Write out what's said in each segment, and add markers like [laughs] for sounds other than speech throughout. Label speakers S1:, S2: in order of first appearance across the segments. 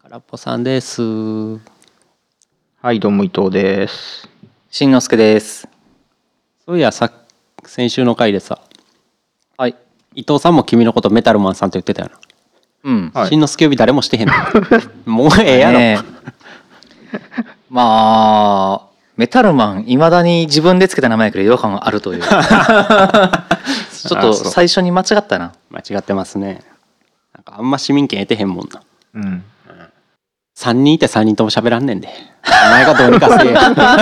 S1: 空っぽさんです。
S2: はい、どうも伊藤です。
S3: しんのすけです。
S1: そういやさ先週の回でさ
S3: はい。
S1: 伊藤さんも君のことメタルマンさんって言ってたよな。
S3: うん。
S2: はい
S1: しんのすけ呼び誰もしてへんのもうええやろ、
S3: ねえ [laughs] まあ、メタルマン、いまだに自分でつけた名前やけど違和感がある [laughs] という。ちょっ
S2: あ
S3: と
S2: そう
S3: 最初に間違ったな。
S1: 間違ってますねなんかあんま市民権得てへんもんな
S2: うん。
S1: 3人いて3人とも喋らんねんでお前がどうにかせえやな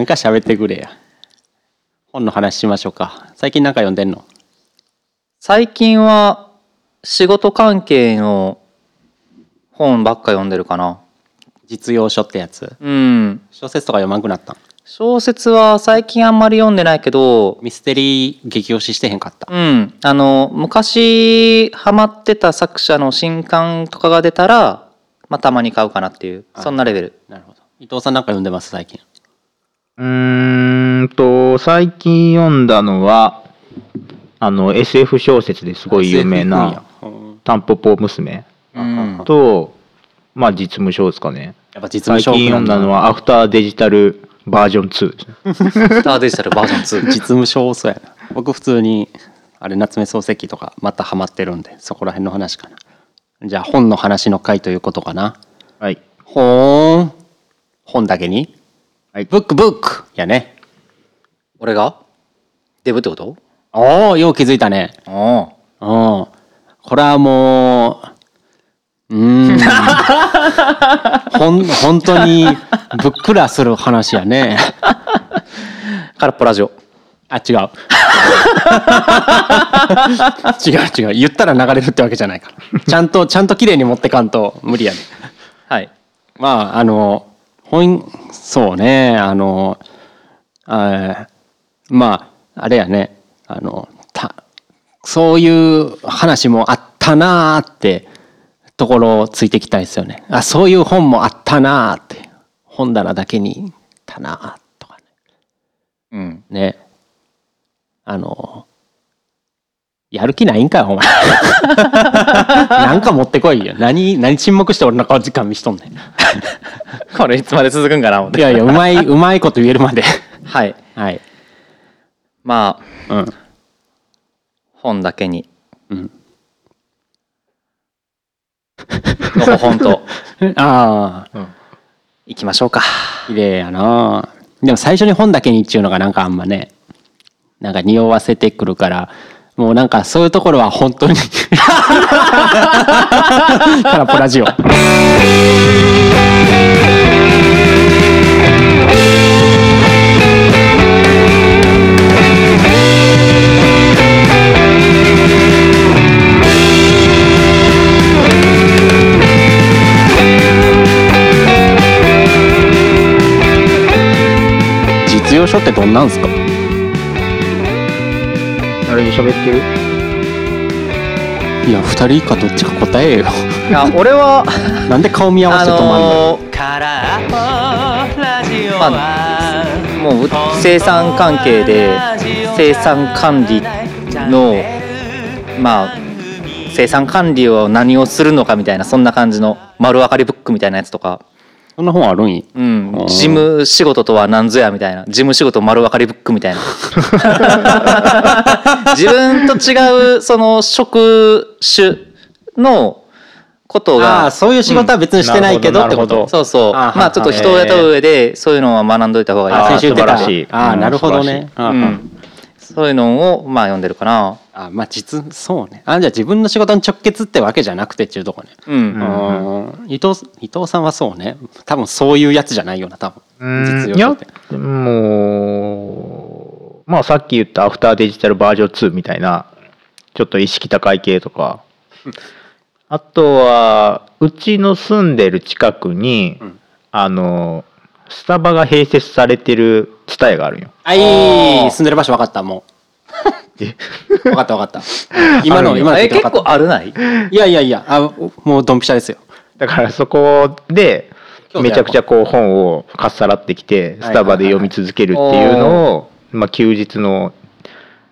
S1: んか喋ってくれや本の話しましょうか最近なんか読んでんの
S3: 最近は仕事関係の本ばっか読んでるかな。
S1: 実用書ってやつ
S3: うん。
S1: 小説とか読まんくなったん
S3: 小説は最近あんまり読んでないけど、
S1: ミステリー激推ししてへんかった
S3: うん。あの、昔ハマってた作者の新刊とかが出たら、まあたまに買うかなっていう、そんなレベル。
S1: なるほど伊藤さんなんか読んでます最近
S2: うーんと、最近読んだのは、あの、SF 小説ですごい有名
S1: SF
S2: な、
S1: 分野うん
S2: タンポポ娘
S3: うん
S2: と、まあ、実務書ですかね。
S1: やっぱ実務書
S2: 最近読んだのは、アフターデジタルバージョン2ですね。
S3: スターデジタルバージョン2 [laughs]
S1: 実務書そうやな僕普通にあれ夏目漱石とかまたハマってるんでそこら辺の話かなじゃあ本の話の回ということかな
S2: はい。
S1: ほーん本だけに
S2: はい
S1: ブックブックやね
S3: 俺がデブってこと
S1: おおよう気づいたね
S3: あ
S1: うんこれはもううーん
S2: [laughs]
S1: ほん本当にぶっくらする話やね
S3: あ空っぽラジオ
S1: あ違う [laughs] 違う違う言ったら流れるってわけじゃないからちゃんとちゃんと綺麗に持ってかんと無理やね
S3: はい
S1: まああの本そうねあのあーまああれやねあのたそういう話もあったなーってところをついていきたいですよねあそういう本もあったなーって本棚だけにあったなーとかね
S3: うん
S1: ねあのやる気ないんかよお前 [laughs] なんか持ってこいよ何何沈黙して俺の顔時間見しとんねん
S3: これいつまで続くんかな思っ
S1: い [laughs]
S3: て
S1: やいやうまいうまいこと言えるまで
S3: はい
S1: [laughs] はい
S3: まあ
S1: うん
S3: 本だけに
S1: うん
S3: のほほんと
S1: ああ
S3: いきましょうか
S1: 綺麗やなでも最初に本だけにっちゅうのがなんかあんまねなんか匂わせてくるからもうなんかそういうところは本 [laughs] 当に空っぽラジオ実用書ってどんなんすか
S2: あれで喋ってる
S1: いや二人以下どっちか答えよ
S3: いや俺は
S1: なんで顔見合わ
S3: あ
S1: せて止まんの、
S3: の
S4: ラジオ
S3: まあもう生産関係で生産管理のまあ生産管理を何をするのかみたいなそんな感じの丸分かりブックみたいなやつとか
S1: そんな本あるんや
S3: うん
S1: おー
S3: 事務仕事とは何ぞやみたいな事務仕事丸分かりブックみた
S1: [laughs]
S3: いな自分と違うその職種のこと
S1: ああ
S3: が
S1: ーそういう仕事は別にしてないけどってこ
S2: なるほ
S1: と、
S2: ど
S3: そうそう
S1: あー
S3: まあちょっと人を雇う上でそういうのは学んどいた方
S1: あ
S3: がい
S1: 先
S3: い
S1: 週言ってた
S2: あー素晴らしい
S1: ああ
S2: うん
S1: なるほどね
S2: 素
S1: あー、
S3: うん、そういうのをまあ読んでるかな
S1: あまあ実そうねあじゃあ自分の仕事に直結ってわけじゃなくてっていうとこね
S3: う
S1: う
S3: ん、
S1: ーん伊藤伊藤さんはそうね多分そういうやつじゃないよな多分実用
S2: い
S1: 書
S2: や
S1: って、
S2: もう、まあ、さっき言ったアフターデジタルバージョン2みたいな、ちょっと意識高い系とか、あとは、うちの住んでる近くに、
S1: ん
S2: あの、スタバが併設されてるツタヤがあるんよ。
S1: はい住んでる場所分かったも
S2: え
S1: う [laughs] 分かった分かった今の
S2: あるんや
S1: 今の
S3: え
S1: 聞いて分
S3: 結
S1: かっ
S3: 構あるない
S1: たいやいやいやあもうドンピシャですよ
S2: だからそこで、
S1: 興味
S2: め
S1: あ
S2: ち
S1: る
S2: ゃくちゃこう本をかっさらってきて、スタバで読み続けるっていうのを、まあ、休日の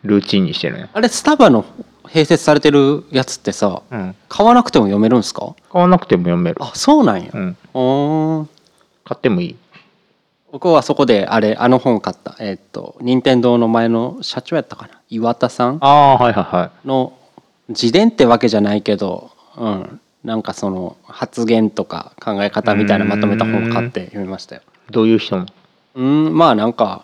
S2: ルーチンにしてるね。
S1: あれスタバの併設されてるやつってさ
S2: うん、
S1: 買わなくても読めるんですか
S2: 買わなくても読める、
S1: あそうなんや、
S2: うん、
S1: おー
S2: 買ってもいい
S1: 僕はそこであれあの本買ったえーっと任天堂の前の社長やったかな岩田さん
S2: ああーはいはいはい
S1: の自伝ってわけじゃないけど、うん、なんかその発言とか考え方みたいなまとめた本を買って読みましたよ。
S2: どういう人も
S1: うんまあなんか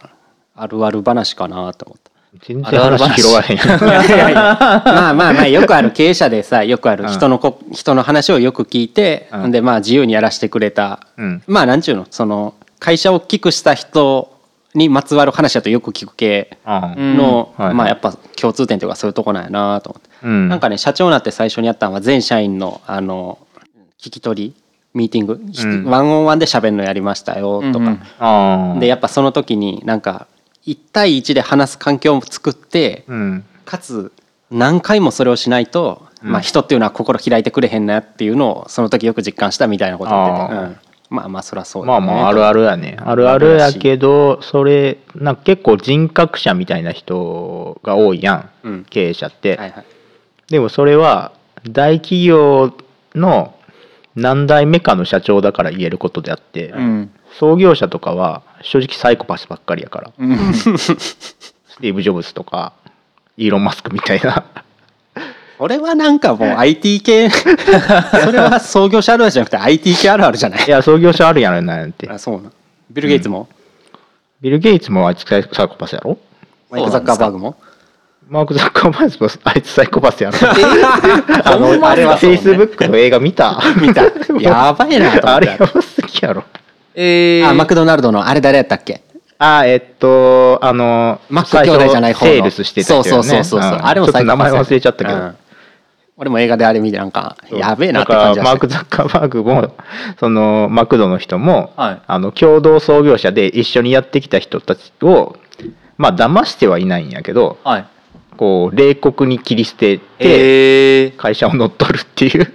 S1: あるある話かなと思 [laughs] った。
S2: 全然話広がへん [laughs]
S1: まあまあまあよくある経営者でさよくある人のこ、人の話をよく聞いて、
S2: うん
S1: でまあ自由にやらせてくれた、
S2: うん
S1: まあなんちゅうのその会社を大きくした人にまつわる話だとよく聞く系
S2: あー
S1: の、
S2: うんはい
S1: まあやっぱ共通点というかそういうとこなんやなと思って。
S2: うん
S1: なんかね社長になって最初にやったのは全社員のあの聞き取りミーティング、ひ
S2: うん
S1: ワンオンワンで喋るのやりましたよとか、
S2: あー
S1: でやっぱその時になんか1対1で話す環境を作って
S2: うん
S1: かつ何回もそれをしないと、
S2: うん
S1: まあ、人っていうのは心開いてくれへんなっていうのをその時よく実感したみたいなこと言ってて、
S2: あー
S1: うんまあまあそりゃそう
S2: まあまああるあ
S1: る
S2: るやねあるあるやけどそれなんか結構人格者みたいな人が多いやん、
S1: うん
S2: 経営者って、
S1: はいはい
S2: でもそれは大企業の何代目かの社長だから言えることであって、
S3: うん
S2: 創業者とかは正直サイコパスばっかりやから
S3: うん
S2: スティーブ・ジョブズとかイーロン・マスクみたいな
S1: これはなんかもう IT
S2: [laughs]
S1: 系それは創業者あるあるじゃなくて IT 系あるあるじゃない
S2: いや創業者あるやろなんて
S1: あそうなんビル・ゲイツも、
S2: ビル・ゲイツもあいつサイコパスやろ
S1: マイク・ザッカーバーグも
S2: マーク・ザッカーバーグも [laughs] あいつサイコパスやろあ
S1: ほん
S2: の
S1: ま
S2: あれは
S1: そ
S2: フ
S1: うね
S2: ェイスブックの映画見た
S1: 見
S2: [laughs]
S1: たやばいなと思
S2: あ
S1: っ
S2: れ
S1: て
S2: やばすぎやろ
S3: えー
S1: あマクドナルドのあれ誰やったっけ
S2: あえっとあの
S1: マック兄弟じゃない方の
S2: 最初セールスしてた人よ
S1: そ
S2: ね
S1: うそうそうそうそう、
S2: ん
S1: あれも
S2: ちょっと
S1: 最
S2: 名前忘れちゃったけど、
S1: 俺も映画であれ見てなんかやべえなっ
S2: だ
S1: て
S2: か
S1: 感
S2: ら
S1: じが
S2: マ
S1: し
S2: ーク・
S1: て
S2: ザッカーバーグもそのマクドの人も、
S3: はい
S2: あの共同創業者で一緒にやってきた人たちをまあ騙してはいないんやけど
S3: はい
S2: こう冷酷に切り捨てて
S3: えー
S2: 会社を乗っ取るっていう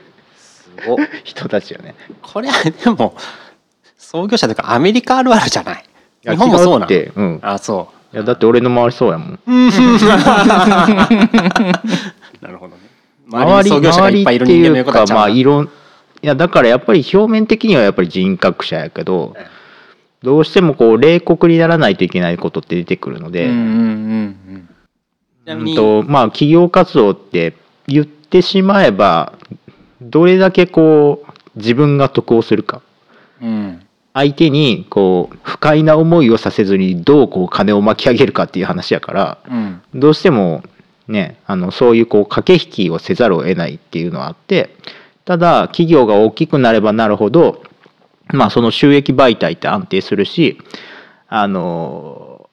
S2: [laughs] 人たちよね。
S1: これはでも創業者というかアメリカあるあるじゃない
S2: いや
S1: 日本もそうな
S2: 違うってうん
S1: んあそ
S2: いやだって俺の周りそうやもん。
S1: うなるほどね周りに創業者がいっぱいいる人間の言うことはちゃう
S2: ま
S1: な
S2: あいろんいやだからやっぱり表面的にはやっぱり人格者やけど
S1: ええ
S2: どうしてもこう冷酷にならないといけないことって出てくるの
S3: うん
S2: で、
S3: う
S2: うん
S3: ん
S1: ちなみに
S2: とまあ企業活動って言ってしまえばどれだけこう自分が得をするか
S3: うんうん
S2: 相手にこう不快な思いをさせずにどうこう金を巻き上げるかっていう話やから
S3: うん
S2: どうしてもねあのそういうこう駆け引きをせざるを得ないっていうのはあってただ企業が大きくなればなるほどまあその収益媒体って安定するしあの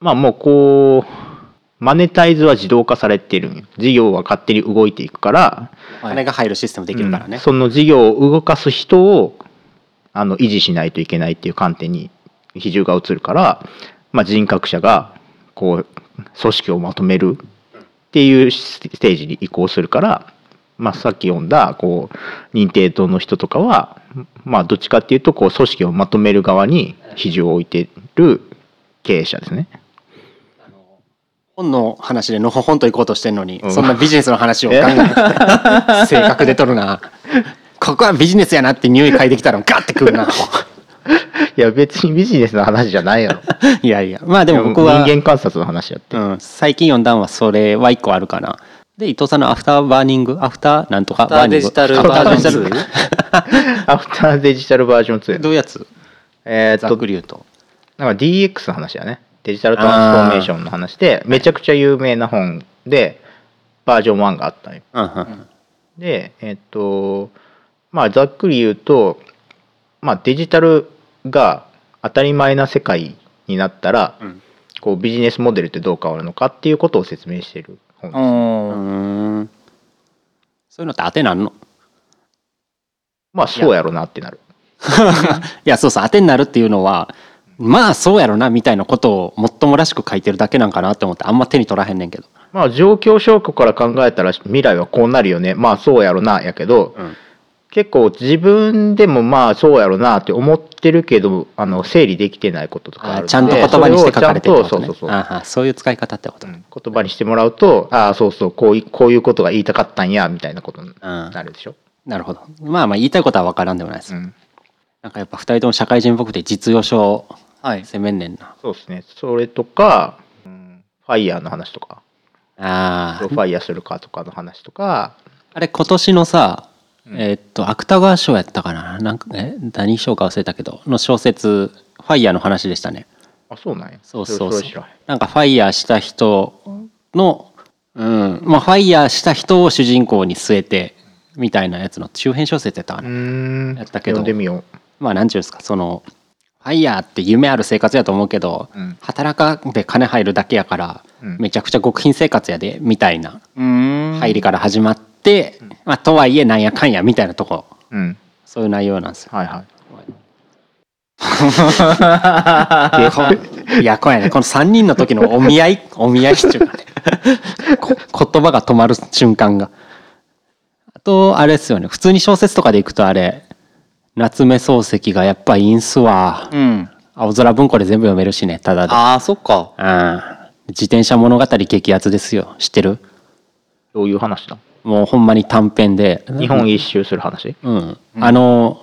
S2: まあもうこうマネタイズは自動化されてるんよ事業は勝手に動いていくから
S1: 金が入るシステムできるからね、
S2: うんその事業を動かす人をあの維持しないといけないっていう観点に比重が移るから、まあ、人格者がこう組織をまとめるっていうステージに移行するから、まあ、さっき読んだこう認定党の人とかは、まあ、どっちかっていうとこう組織をまとめる側に比重を置いてる経営者ですね。
S1: 本の話でのほほんと行こうとしてるのに、
S2: うん
S1: そんなビジネスの話をガンガ
S2: [laughs]
S1: ン正確で取るなここはビジネスやなって匂い嗅いできたらガッてくる
S2: [laughs]
S1: な
S2: いや別にビジネスの話じゃないやろ。
S1: いやいやまあでも僕
S2: いや
S1: は
S2: 人間観察の話やって。
S1: うん、最近読んだんはそれは一個あるかなで伊藤さんのアフターバーニングアフターなんとか
S3: アフターデジタル
S1: バーニングアフターデ
S3: バー
S1: ジ
S3: ニ
S1: タ
S3: ング
S2: [laughs] アフターデジタルバージョン2や
S1: ル
S2: [laughs] な
S1: どういうやつ
S2: えー
S1: ざ
S2: っ
S1: っ
S2: と
S1: くり言うと
S2: なんか DX の話だねデジタルトランスフォーメーションの話でめちゃくちゃ有名な本でバージョン1があったんよ
S1: うんうん
S2: でえっとまあざっくり言うと、まあ、デジタルが当たり前な世界になったら、
S1: うん
S2: こうビジネスモデルってどう変わるのかっていうことを説明している本です、
S1: う
S3: お
S1: ー
S3: ー
S1: んそういうのって当てなんの
S2: まあそうやろなってなる
S1: いやそうそう当てになるっていうのはまあそうやろなみたいなことをもっともらしく書いてるだけなんかなって思ってあんま手に取らへんねんけど、
S2: まあ状況証拠から考えたら未来はこうなるよねまあそうやろなやけど、
S1: うん
S2: 結構自分でもまあそうやろうなって思ってるけどあの整理できてないこととかあ
S1: あ
S2: るので
S1: ちゃんと言葉にして書かれてるって
S2: そ
S1: こ
S2: れをちゃ
S1: と
S2: んとそうそう
S1: ね
S2: そう
S1: ああそういう使い方ってこと、
S2: 言葉にしてもらうとああそうそうこういこういうことが言いたかったんやみたいなことになるでしょ、
S1: なるほどまあまあ言いたいことは分からんでもないです、
S2: うん
S1: なんかやっぱ2人とも社会人っぽくて実用書を
S3: はい
S1: 責めんねんな
S2: そうですねそれとか、うんファイヤーの話とか
S1: あ
S2: どう
S1: ー
S2: ファイヤーするかとかの話とか
S1: あれ今年のさ
S2: うん
S1: えーっと芥川賞やったかななんかえ何賞か忘れたけどの小説「ファイヤーの話でしたね
S2: あそうなんや
S1: そうそうそ
S2: れ
S1: う
S2: れ知らん
S1: なんかファイヤーした人のうんまあファイヤーした人を主人公に据えてみたいなやつの中編小説やったか
S2: う
S1: な、
S2: ーん
S1: やったけど
S2: 読んでみよ
S1: まあ何ちゅうんですかそのファイヤーって夢ある生活やと思うけど、
S2: うん
S1: 働かんで金入るだけやから、
S2: うん
S1: めちゃくちゃ極貧生活やでみたいな
S3: うーん
S1: 入りから始まって、まあ、とはいえなんやかんやみたいなとこ
S2: ううん
S1: そういう内容なんですよ。
S2: はいはい
S1: でこいやこうやねこの3人の時のお見合いお見合いっていうかねこ言葉が止まる瞬間があとあれですよね普通に小説とかでいくとあれ夏目漱石がやっぱいいんすわ
S3: うん
S1: 青空文庫で全部読めるしねただで
S3: ああそっか
S1: うん自転車物語激アツですよ知ってる
S2: どういう話だ
S1: もうほんまに短編で
S2: 日本一周する話
S1: うん、あの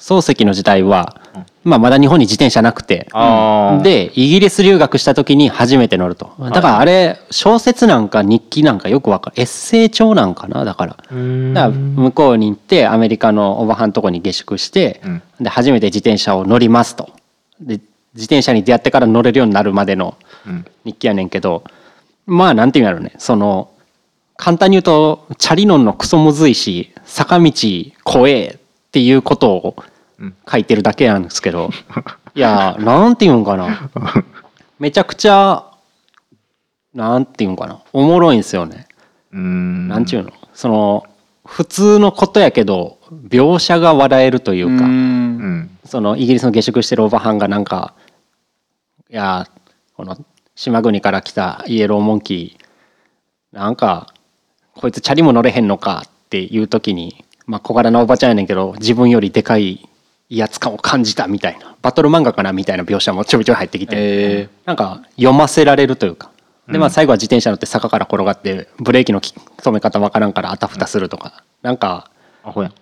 S1: 漱石の時代は、まあ、まだ日本に自転車なくて
S2: あー
S1: でイギリス留学した時に初めて乗るとだからあれ小説なんか日記なんかよくわかるエッセイ帳なんかなだから
S2: うーん
S1: だから向こうに行ってアメリカのおばはんとこに下宿して、
S2: うん
S1: で初めて自転車を乗りますとで自転車に出会ってから乗れるようになるまでの
S2: うん
S1: 日記やねんけどまあなんていうんやろねその簡単に言うとチャリノンのクソむずいし坂道怖えっていうことを
S2: うん
S1: 書いてるだけなんですけ
S2: [laughs]
S1: どいやなんていうんかなめちゃくちゃなんていうんかなおもろいんですよね。
S2: うーん
S1: なんちゅうのその普通のことやけど描写が笑えるというか。
S2: うんん
S1: そのイギリスの下宿してるおばはんがなんかいやーこの島国から来たイエローモンキーなんかこいつチャリも乗れへんのかっていう時に、まあ、小柄なおばちゃんやねんけど自分よりでかい威圧感を感じたみたいなバトル漫画かなみたいな描写もちょびちょび入ってきて、
S3: え
S1: なんか読ませられるというかで、まあ、最後は自転車乗って坂から転がってブレーキのき止め方わからんからあたふたするとか、なんか
S2: アホやん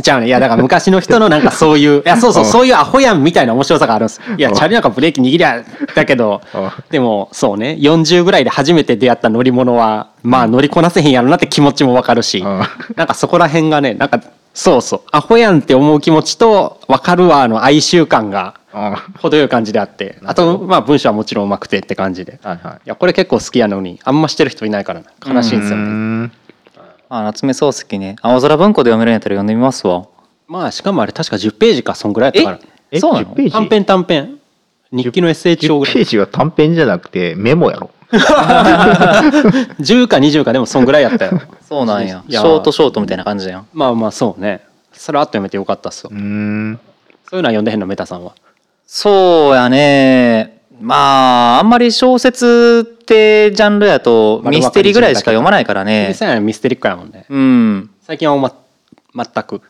S1: じゃあね、いやだから昔の人のなんかそう
S2: [laughs]
S1: いう、いやそうそう、
S2: うん
S1: そういうアホやんみたいな面白さがあるんですよ。いや、
S2: うん
S1: チャリなんかブレーキ握りゃだけど
S2: う、
S1: でもそうね、40ぐらいで初めて出会った乗り物は、まあ乗りこなせへんやろなって気持ちもわかるし、
S2: ん
S1: なんかそこら辺がね、なんかそうそう、アホやんって思う気持ちと、わかるわの哀愁感が
S2: あ
S1: 程よい感じであって、あと、まあ文章はもちろんうまくてって感じで。
S2: はいはい
S1: いや、これ結構好きやのに、あんましてる人いないからな悲しいんですよね。
S2: ね
S3: まあ夏目漱石ね青空文庫で読めるんやったら読んでみますわ
S1: まあしかもあれ確か10ページか、そんぐらいやったから。
S2: え
S3: そうなの
S2: 10ページ
S1: 短編短編日記のエッセイ帳
S2: 10
S1: ぐ
S2: ペ
S1: らい
S2: ージは短編じゃなくてメモやろ
S1: 10か20かでもそんぐらいやったよ
S3: [laughs] そうなんや
S1: いや
S3: ショートショートみたいな感じやん
S1: まあまあそうねさらっと読めてよかったっすよ、
S2: うーん
S1: そういうのは読んでへんのメタさんは
S3: そうやねまああんまり小説ってジャンルやと
S1: 丸分かり
S3: ミステリーぐらいしか読まないからね
S1: 実際はミステリックやもんね
S3: うん
S1: 最近はま全く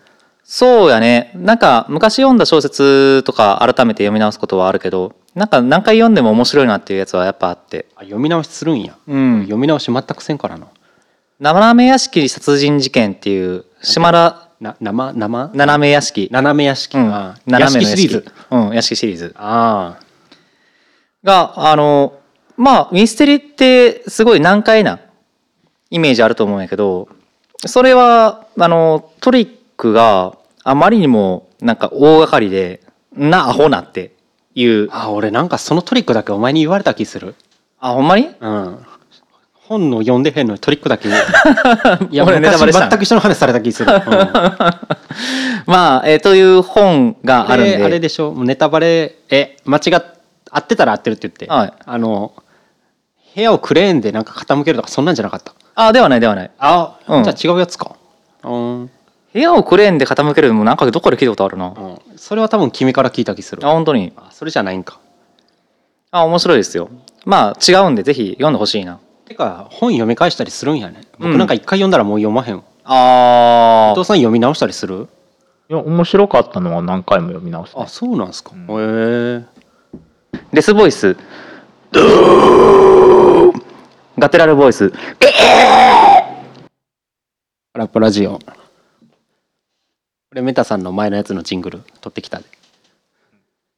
S3: そうやねなんか昔読んだ小説とか改めて読み直すことはあるけどなんか何回読んでも面白いなっていうやつはやっぱあって
S1: あ読み直しするんや、
S3: うん
S1: 読み直し全くせんからな
S3: 斜め屋敷殺人事件っていう島田
S1: な生生
S3: 斜め屋敷
S1: 斜め屋敷、
S3: うん
S1: あー
S3: 斜めの
S1: 屋敷シリーズ
S3: うん屋敷シリーズ
S1: ああ
S3: があのまあミステリーってすごい難解なイメージあると思うんやけどそれはあのトリックがあまりにもなんか大掛かりでなアホなっていう
S1: あ俺なんかそのトリックだけお前に言われた気する
S3: あほんまに
S1: うん本の読んでへんのにトリックだけ
S3: [laughs]
S1: 言ういや
S3: 俺
S1: 俺
S3: ネタバレした
S1: 全く一緒の話された気する、うん
S3: まあ、えーという本があ
S1: あ
S3: るんで
S1: れあれでしょもうネタバレえ間違っ合ってたら合ってるって言って、
S3: はい
S1: あの部屋をクレーンでなんか傾けるとかそんなんじゃなかった
S3: あではないではない
S1: あ、
S3: うん
S1: じゃあ違うやつかうん、うん、
S3: 部屋をクレーンで傾けるのもなんかどっかで聞いたことあるな、あ
S1: それは多分君から聞いた気するあ
S3: 本当に
S1: それじゃないんか
S3: あ面白いですよまあ違うんでぜひ読んでほしいな
S1: てか本読み返したりするんやね
S3: う
S1: 僕
S3: ん
S1: なんか一回読んだらもう読まへんわ、
S3: あ
S1: 伊藤
S3: ー
S1: さん読み直したりする
S2: いや面白かったのは何回も読み直す、
S1: あ
S2: ね、
S1: そうなんですか、へえ
S3: デスボイスガテラルボイス
S1: ラップラジオこれメタさんの前のやつのジングル取ってきたで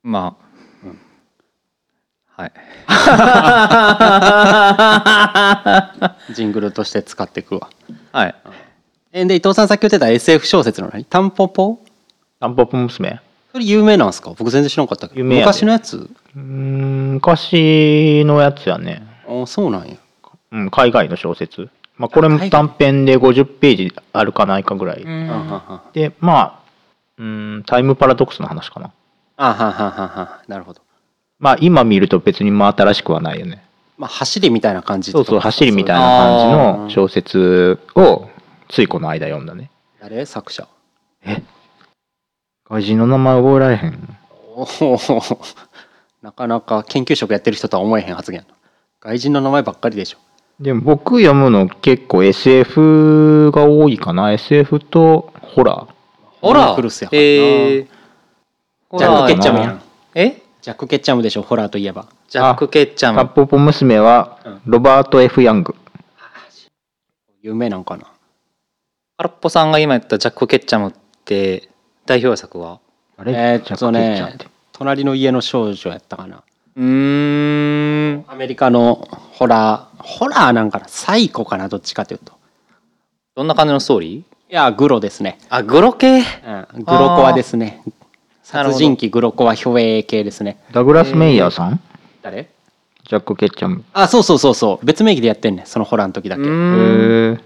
S3: まあ、はい
S1: ジングルとして使っていくわ
S3: はい
S1: えで伊藤さんさっき言ってた SF 小説の何タンポポ
S2: タンポポ娘
S1: それ有名なんですか僕全然知らんかったけど
S2: 有名やで
S1: 昔のやつ
S2: うーん昔のやつやね、
S1: あそうなんや
S2: うん、海外の小説、まあ、これ
S1: あ
S2: も
S1: 海外
S2: 短編で50ページあるかないかぐらい、
S1: あはは
S2: でまあうーんタイムパラドックスの話かな
S1: あははははなるほど
S2: まあ今見ると別に真新しくはないよね
S1: まあ走りみたいな感じって
S2: そ
S1: こ
S2: う
S1: と
S2: そう走りみたいな感じの小説をついこの間読んだね
S1: あれ作者
S2: え外人の名前覚えられへん
S1: おお [laughs] なかなか研究職やってる人とは思えへん発言やな外人の名前ばっかりでしょ
S2: でも僕読むの結構 SF が多いかな SF とホラー
S3: ほら
S1: ホラーやからな
S3: えー、
S1: ジャック・ケッチャム
S2: も
S1: や
S2: うん
S3: え
S1: ジャック・ケッチャムでしょホラーといえば
S3: ジャック・ケッチャ
S2: タン
S3: ム
S2: ポポ娘はロバート・ F ・ヤング
S1: 有名なんかな
S3: 空っぽさんが今言ったジャック・ケッチャムって代表作は
S2: あれ
S1: え
S2: ジ
S1: ー
S2: ャ
S1: っ
S2: ック
S1: と
S2: ケッチャーっ
S1: ね
S2: て
S1: 隣の家の少女やったかな
S3: うーん
S1: アメリカのホラーホラーなんかなサイコかなどっちかというと
S3: どんな感じのストーリー
S1: いやグロですね、
S3: あグロ系
S1: うん、グロコアですね
S3: なる
S1: 殺
S3: ほど
S1: 人鬼グロコア表映系ですね
S2: ダグラス・メイヤーさん
S1: 誰
S2: ジャック・ケッチャム
S1: あそうそうそうそう別名義でやってんねんそのホラーの時だけう
S2: へえ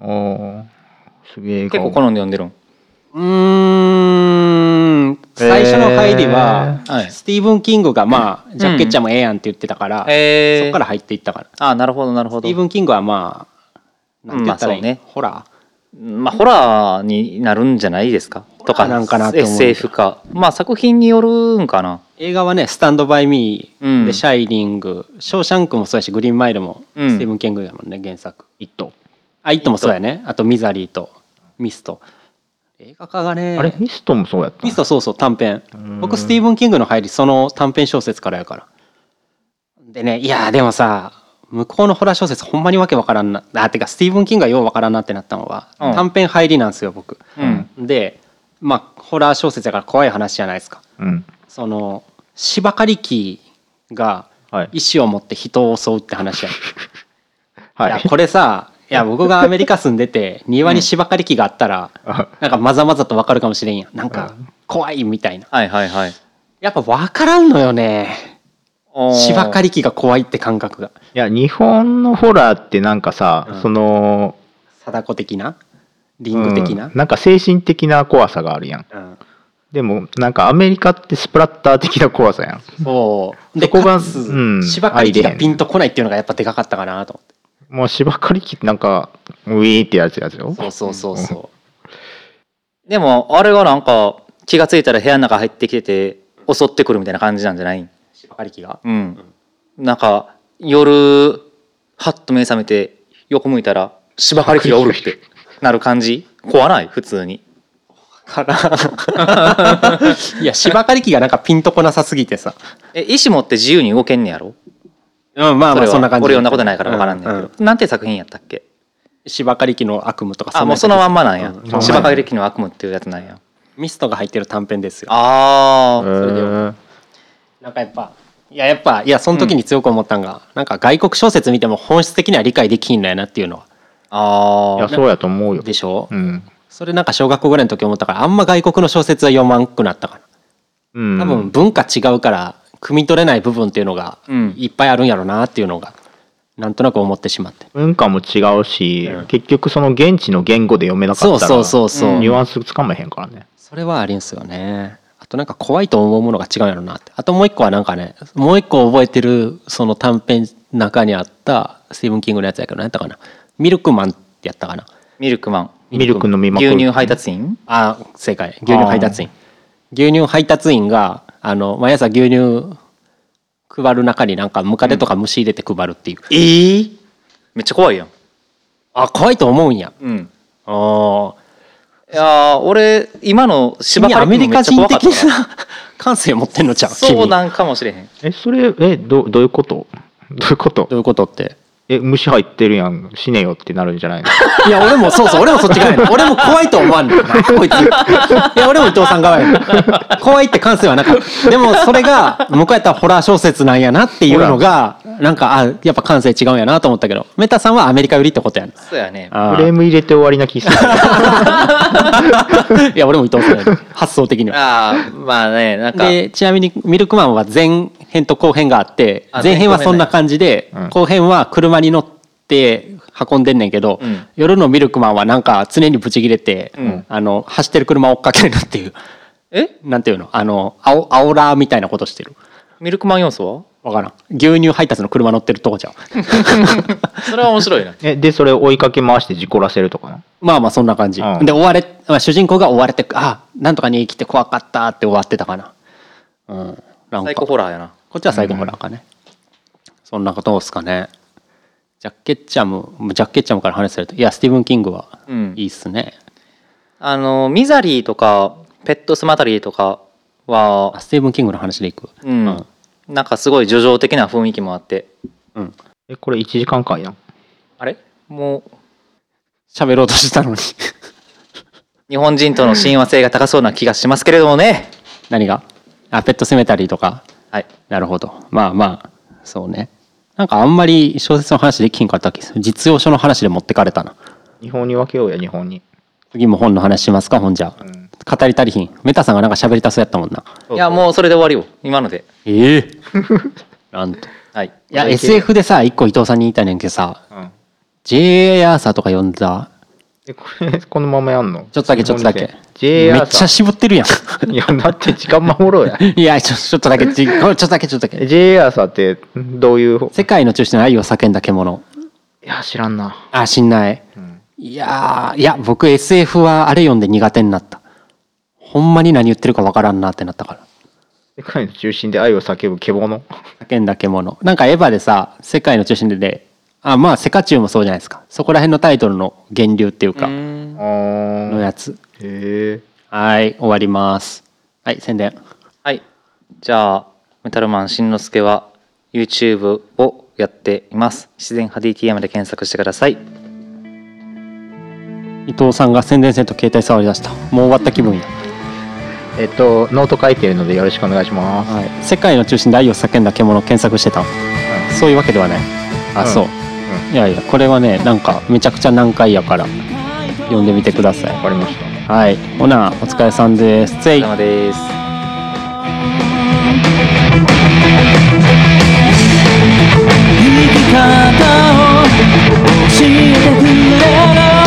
S2: おーすげえ映画
S3: 結構好んで読んでるん
S1: ーん最初の入りは、
S3: えーはい
S1: スティーブン・キングがまあジャッケッチャーもええやんって言ってたから、
S3: えー
S1: そっから入っていったから
S3: あなるほどなるほ
S1: ステ
S3: ど
S1: ィーブン・キングはまあなんて言ったらいい、
S3: うんまあそうね
S1: ホラー
S3: まあホラーになるんじゃないですか
S1: ホ
S3: と
S1: ラ
S3: か
S1: ーなんかなって思うんだ
S3: SF かまあ作品によるんかな
S1: 映画はね「スタンド・バイ・ミー」
S3: うん
S1: で「シャイニング」ショーシャンク」もそうやし「グリーン・マイル」も
S3: うん
S1: スティーブン・キングやもんね原作
S2: イット
S1: あ「イット!」もそうやねあと「ミザリー」と「ミスト」映画化がね
S2: あれミストもそうやった
S1: ミストそうそう短編僕スティーブン・キングの入りその短編小説からやからでねいやーでもさ向こうのホラー小説ほんまにわけわからんなあてかスティーブン・キングがようわからんなってなったのは、
S3: うん
S1: 短編入りなんですよ僕、
S3: うん
S1: でまあホラー小説やから怖い話じゃないですか
S2: うん
S1: その芝刈り機が
S2: はい
S1: 意志を持って人を襲うって話や,、い、
S2: はい
S1: やこれさいや僕がアメリカ住んでて庭に芝刈り機があったら、
S2: [laughs] あ
S1: なんかまざまざとわかるかもしれんやんなんか怖いみたいな
S3: はいはいはい
S1: やっぱわからんのよね芝刈
S3: り
S1: り機が怖いって感覚が
S2: いや日本のホラーってなんかさ、
S1: うん
S2: その
S1: 貞子的なリング的な
S2: うん、なんか精神的な怖さがあるやん
S1: うん
S2: でもなんかアメリカってスプラッター的な怖さやん
S1: そうで
S2: そこが
S1: かつ
S2: うん
S1: 芝刈り機
S2: 入れ
S1: が
S2: へん
S1: ピンとこないっていうのがやっぱでかかったかなと思って。
S2: もう芝刈り機ってなんかウィーってやつやつよ
S1: そうそうそうそ
S3: でもあれはなんか気がついたら部屋の中入ってきてて襲ってくるみたいな感じなんじゃないう
S1: 芝刈り機が
S3: うんなんか夜ハッと目覚めて横向いたら芝刈り機がおる
S1: [laughs]
S3: ってなる感じ怖ない普通に
S1: から [laughs] いや芝刈り機がなんかピンとこなさすぎてさ
S3: え意思持って自由に動けんねやろ
S1: うんまあま
S3: それ
S1: あ
S3: は
S1: そんな感じ
S3: 俺読んなことないから分からんねんけど、
S1: うう
S3: なんて作品やったっけ
S1: 芝刈り機の悪夢とか
S3: あ
S1: ん
S3: も
S1: な
S3: うそのまんまなん
S1: う
S3: や
S1: んまあ
S3: 芝刈り機の悪夢っていうやつなんや
S1: ミストが入ってる短編ですよ
S3: あ
S2: へ
S3: ー
S1: れで
S2: ー
S1: なんかやっぱいややっぱいやその時に強く思ったんが、なんか外国小説見ても本質的には理解できひんのやなっていうのは
S3: あ
S2: い
S3: ー
S2: やそうやと思うよ
S1: でしょ、
S2: うん
S1: それなんか小学校ぐらいの時思ったからあんま外国の小説は読まんくなったか
S2: うん
S1: な多分文化違うから汲み取れない部分っていうのが
S3: うん
S1: いっぱいあるんやろうなっていうのがなんとなく思ってしまって
S2: 文化も違うし、結局その現地の言語で読めなか
S1: そ
S2: っ
S1: う
S2: たら
S1: そうそうそう、
S3: うん
S2: ニュアンスつかめへんからね
S1: それはありんすよねあとなんか怖いと思うものが違うんやろなってあともう一個はなんかねもう一個覚えてるその短編の中にあったスティーブン・キングのやつやけど何やったかなミルクマンってやったかな
S3: ミルクマン
S2: ミルクの見まく
S3: 牛
S2: る
S3: 乳配達員
S1: あ正解牛乳配達員牛乳配達員があの毎朝牛乳配る中になんかムカデとか虫入れて配るっていう、
S3: ええめっちゃ怖いやん
S1: あ怖いと思うんや
S3: うん
S1: ああ
S3: いやー俺今の芝
S1: 君ア
S3: 刈
S1: メリ
S3: り君め
S1: カ
S3: っちゃ怖
S1: 人
S3: かっ
S1: 的
S3: たな
S1: な感性持ってんのじゃん
S3: そう
S1: 君
S3: なんかもしれへん
S2: えそれえどどういうことどういうこと
S1: どういうことって
S2: え虫入ってるやん死ねよってなるんじ
S1: [laughs]
S2: ゃないの
S1: いや俺もそうそう俺もそっち側やねん俺も怖いと思わんねんなこいついや俺も伊藤さん側やねん怖いって感性はなかったでもそれが向こうやったらホラー小説なんやなっていうのがなんかあやっぱ感性違うんやなと思ったけどメタさんはアメリカ売りってことやな
S3: そうやね
S1: あ
S2: フレーム入れて終わりな気する
S1: [laughs] ーいや俺も伊藤さんやねん発想的には
S3: ああまあねなんか
S1: でちなみに「ミルクマン」は前編と後編があって
S3: あ
S1: 前編はそんな
S3: 前後編ね
S1: 感じで
S2: うん
S1: 後編は車に乗って運んでんねんけど、
S3: うん
S1: 夜のミルクマンはなんか常にブチ切れて、
S3: うん
S1: あの走ってる車を追っかけるっていう [laughs]
S3: え
S1: なんていうのあの青青ラーみたいなことしてる
S3: ミルクマン要素
S1: わからん牛乳配達の車乗ってるとこ
S3: [laughs]
S1: じゃん
S3: はそれは面白いな
S2: えでそれを追いかけ回して事故らせるとかな
S1: まあまあそんな感じ、
S2: うん
S1: で追われ、まあ、主人公が追われてあなんとかに生きて怖かったって終わってたかなうんなん
S3: サ
S1: か
S3: イコホラーやな
S1: こっちは最後ホラーかね、そんなことですかねジャッケッチャムジャッケッチャムから話するといやスティーブン・キングは
S3: うん
S1: いいっすね、
S3: あのミザリーとかペットスマタリーとか
S1: あ
S3: は
S1: スティーブン・キングの話でいく
S3: うん、なんかすごい叙情的な雰囲気もあって
S1: うん
S2: えこれ1時間間やん
S3: あれもう
S1: 喋ろうとしたのに [laughs]
S3: 日本人との親和性が高そうな気がしますけれどもね
S1: 何があペットセメタリーとか
S3: はい
S1: なるほどまあまあそうねなんかあんまり小説の話できひんかったっけ実用書の話で持ってかれたな
S2: 日本に分けようや日本に、
S1: 次も本の話しますか本じゃ
S2: うん、
S1: 語り足りひんメタさんがなんか喋りたそうやったもんない
S3: やもうそれで終わりよ今ので
S1: ええ [laughs] なんと
S3: はい
S1: いや
S2: まだいける
S1: SF でさ一個伊藤さんに言いたいねんけどさ
S2: う、うん、
S1: JA アーサーとか読んだ
S2: えこれ [laughs] このままやんの
S1: ちょっとだけちょっとだけ
S2: JR
S1: めっちゃ絞ってるやん [laughs]
S2: いやだって時間守ろうや
S1: いやちょちょっとだけちちょっとだけちょっとだけ
S2: JR さんってどういう
S1: 世界の中心の愛を叫んだ獣
S2: いや知らんな、
S1: あしんない
S2: うん、
S1: いやーいや僕 SF はあれ読んで苦手になったほんまに何言ってるかわからんなってなったから
S2: 世界の中心で愛を叫ぶ獣
S1: 叫んだ獣なんかエヴァでさ世界の中心でであまあ世界中もそうじゃないですかそこら辺のタイトルの源流っていうか
S3: うーん
S2: あー
S1: のやつ
S2: へえ
S1: はい終わりますはい宣伝
S3: はいじゃあメタルマンしんのすけは YouTube をやっています自然派 DTM で検索してください
S1: 伊藤さんが宣伝せんと携帯触り出したもう終わった気分や
S2: えっとノート書いてるのでよろしくお願いします
S1: はい、世界の中心で愛を叫んだ獣を検索してた、そういうわけではないあ、
S2: うん
S1: そう、いやいやこれはねなんかめちゃくちゃ難解やから読んでみてください
S2: わかりました
S1: はいほなお疲れさんですつ
S3: お疲れ
S1: い
S3: 様です
S4: 生き方を教えてくれる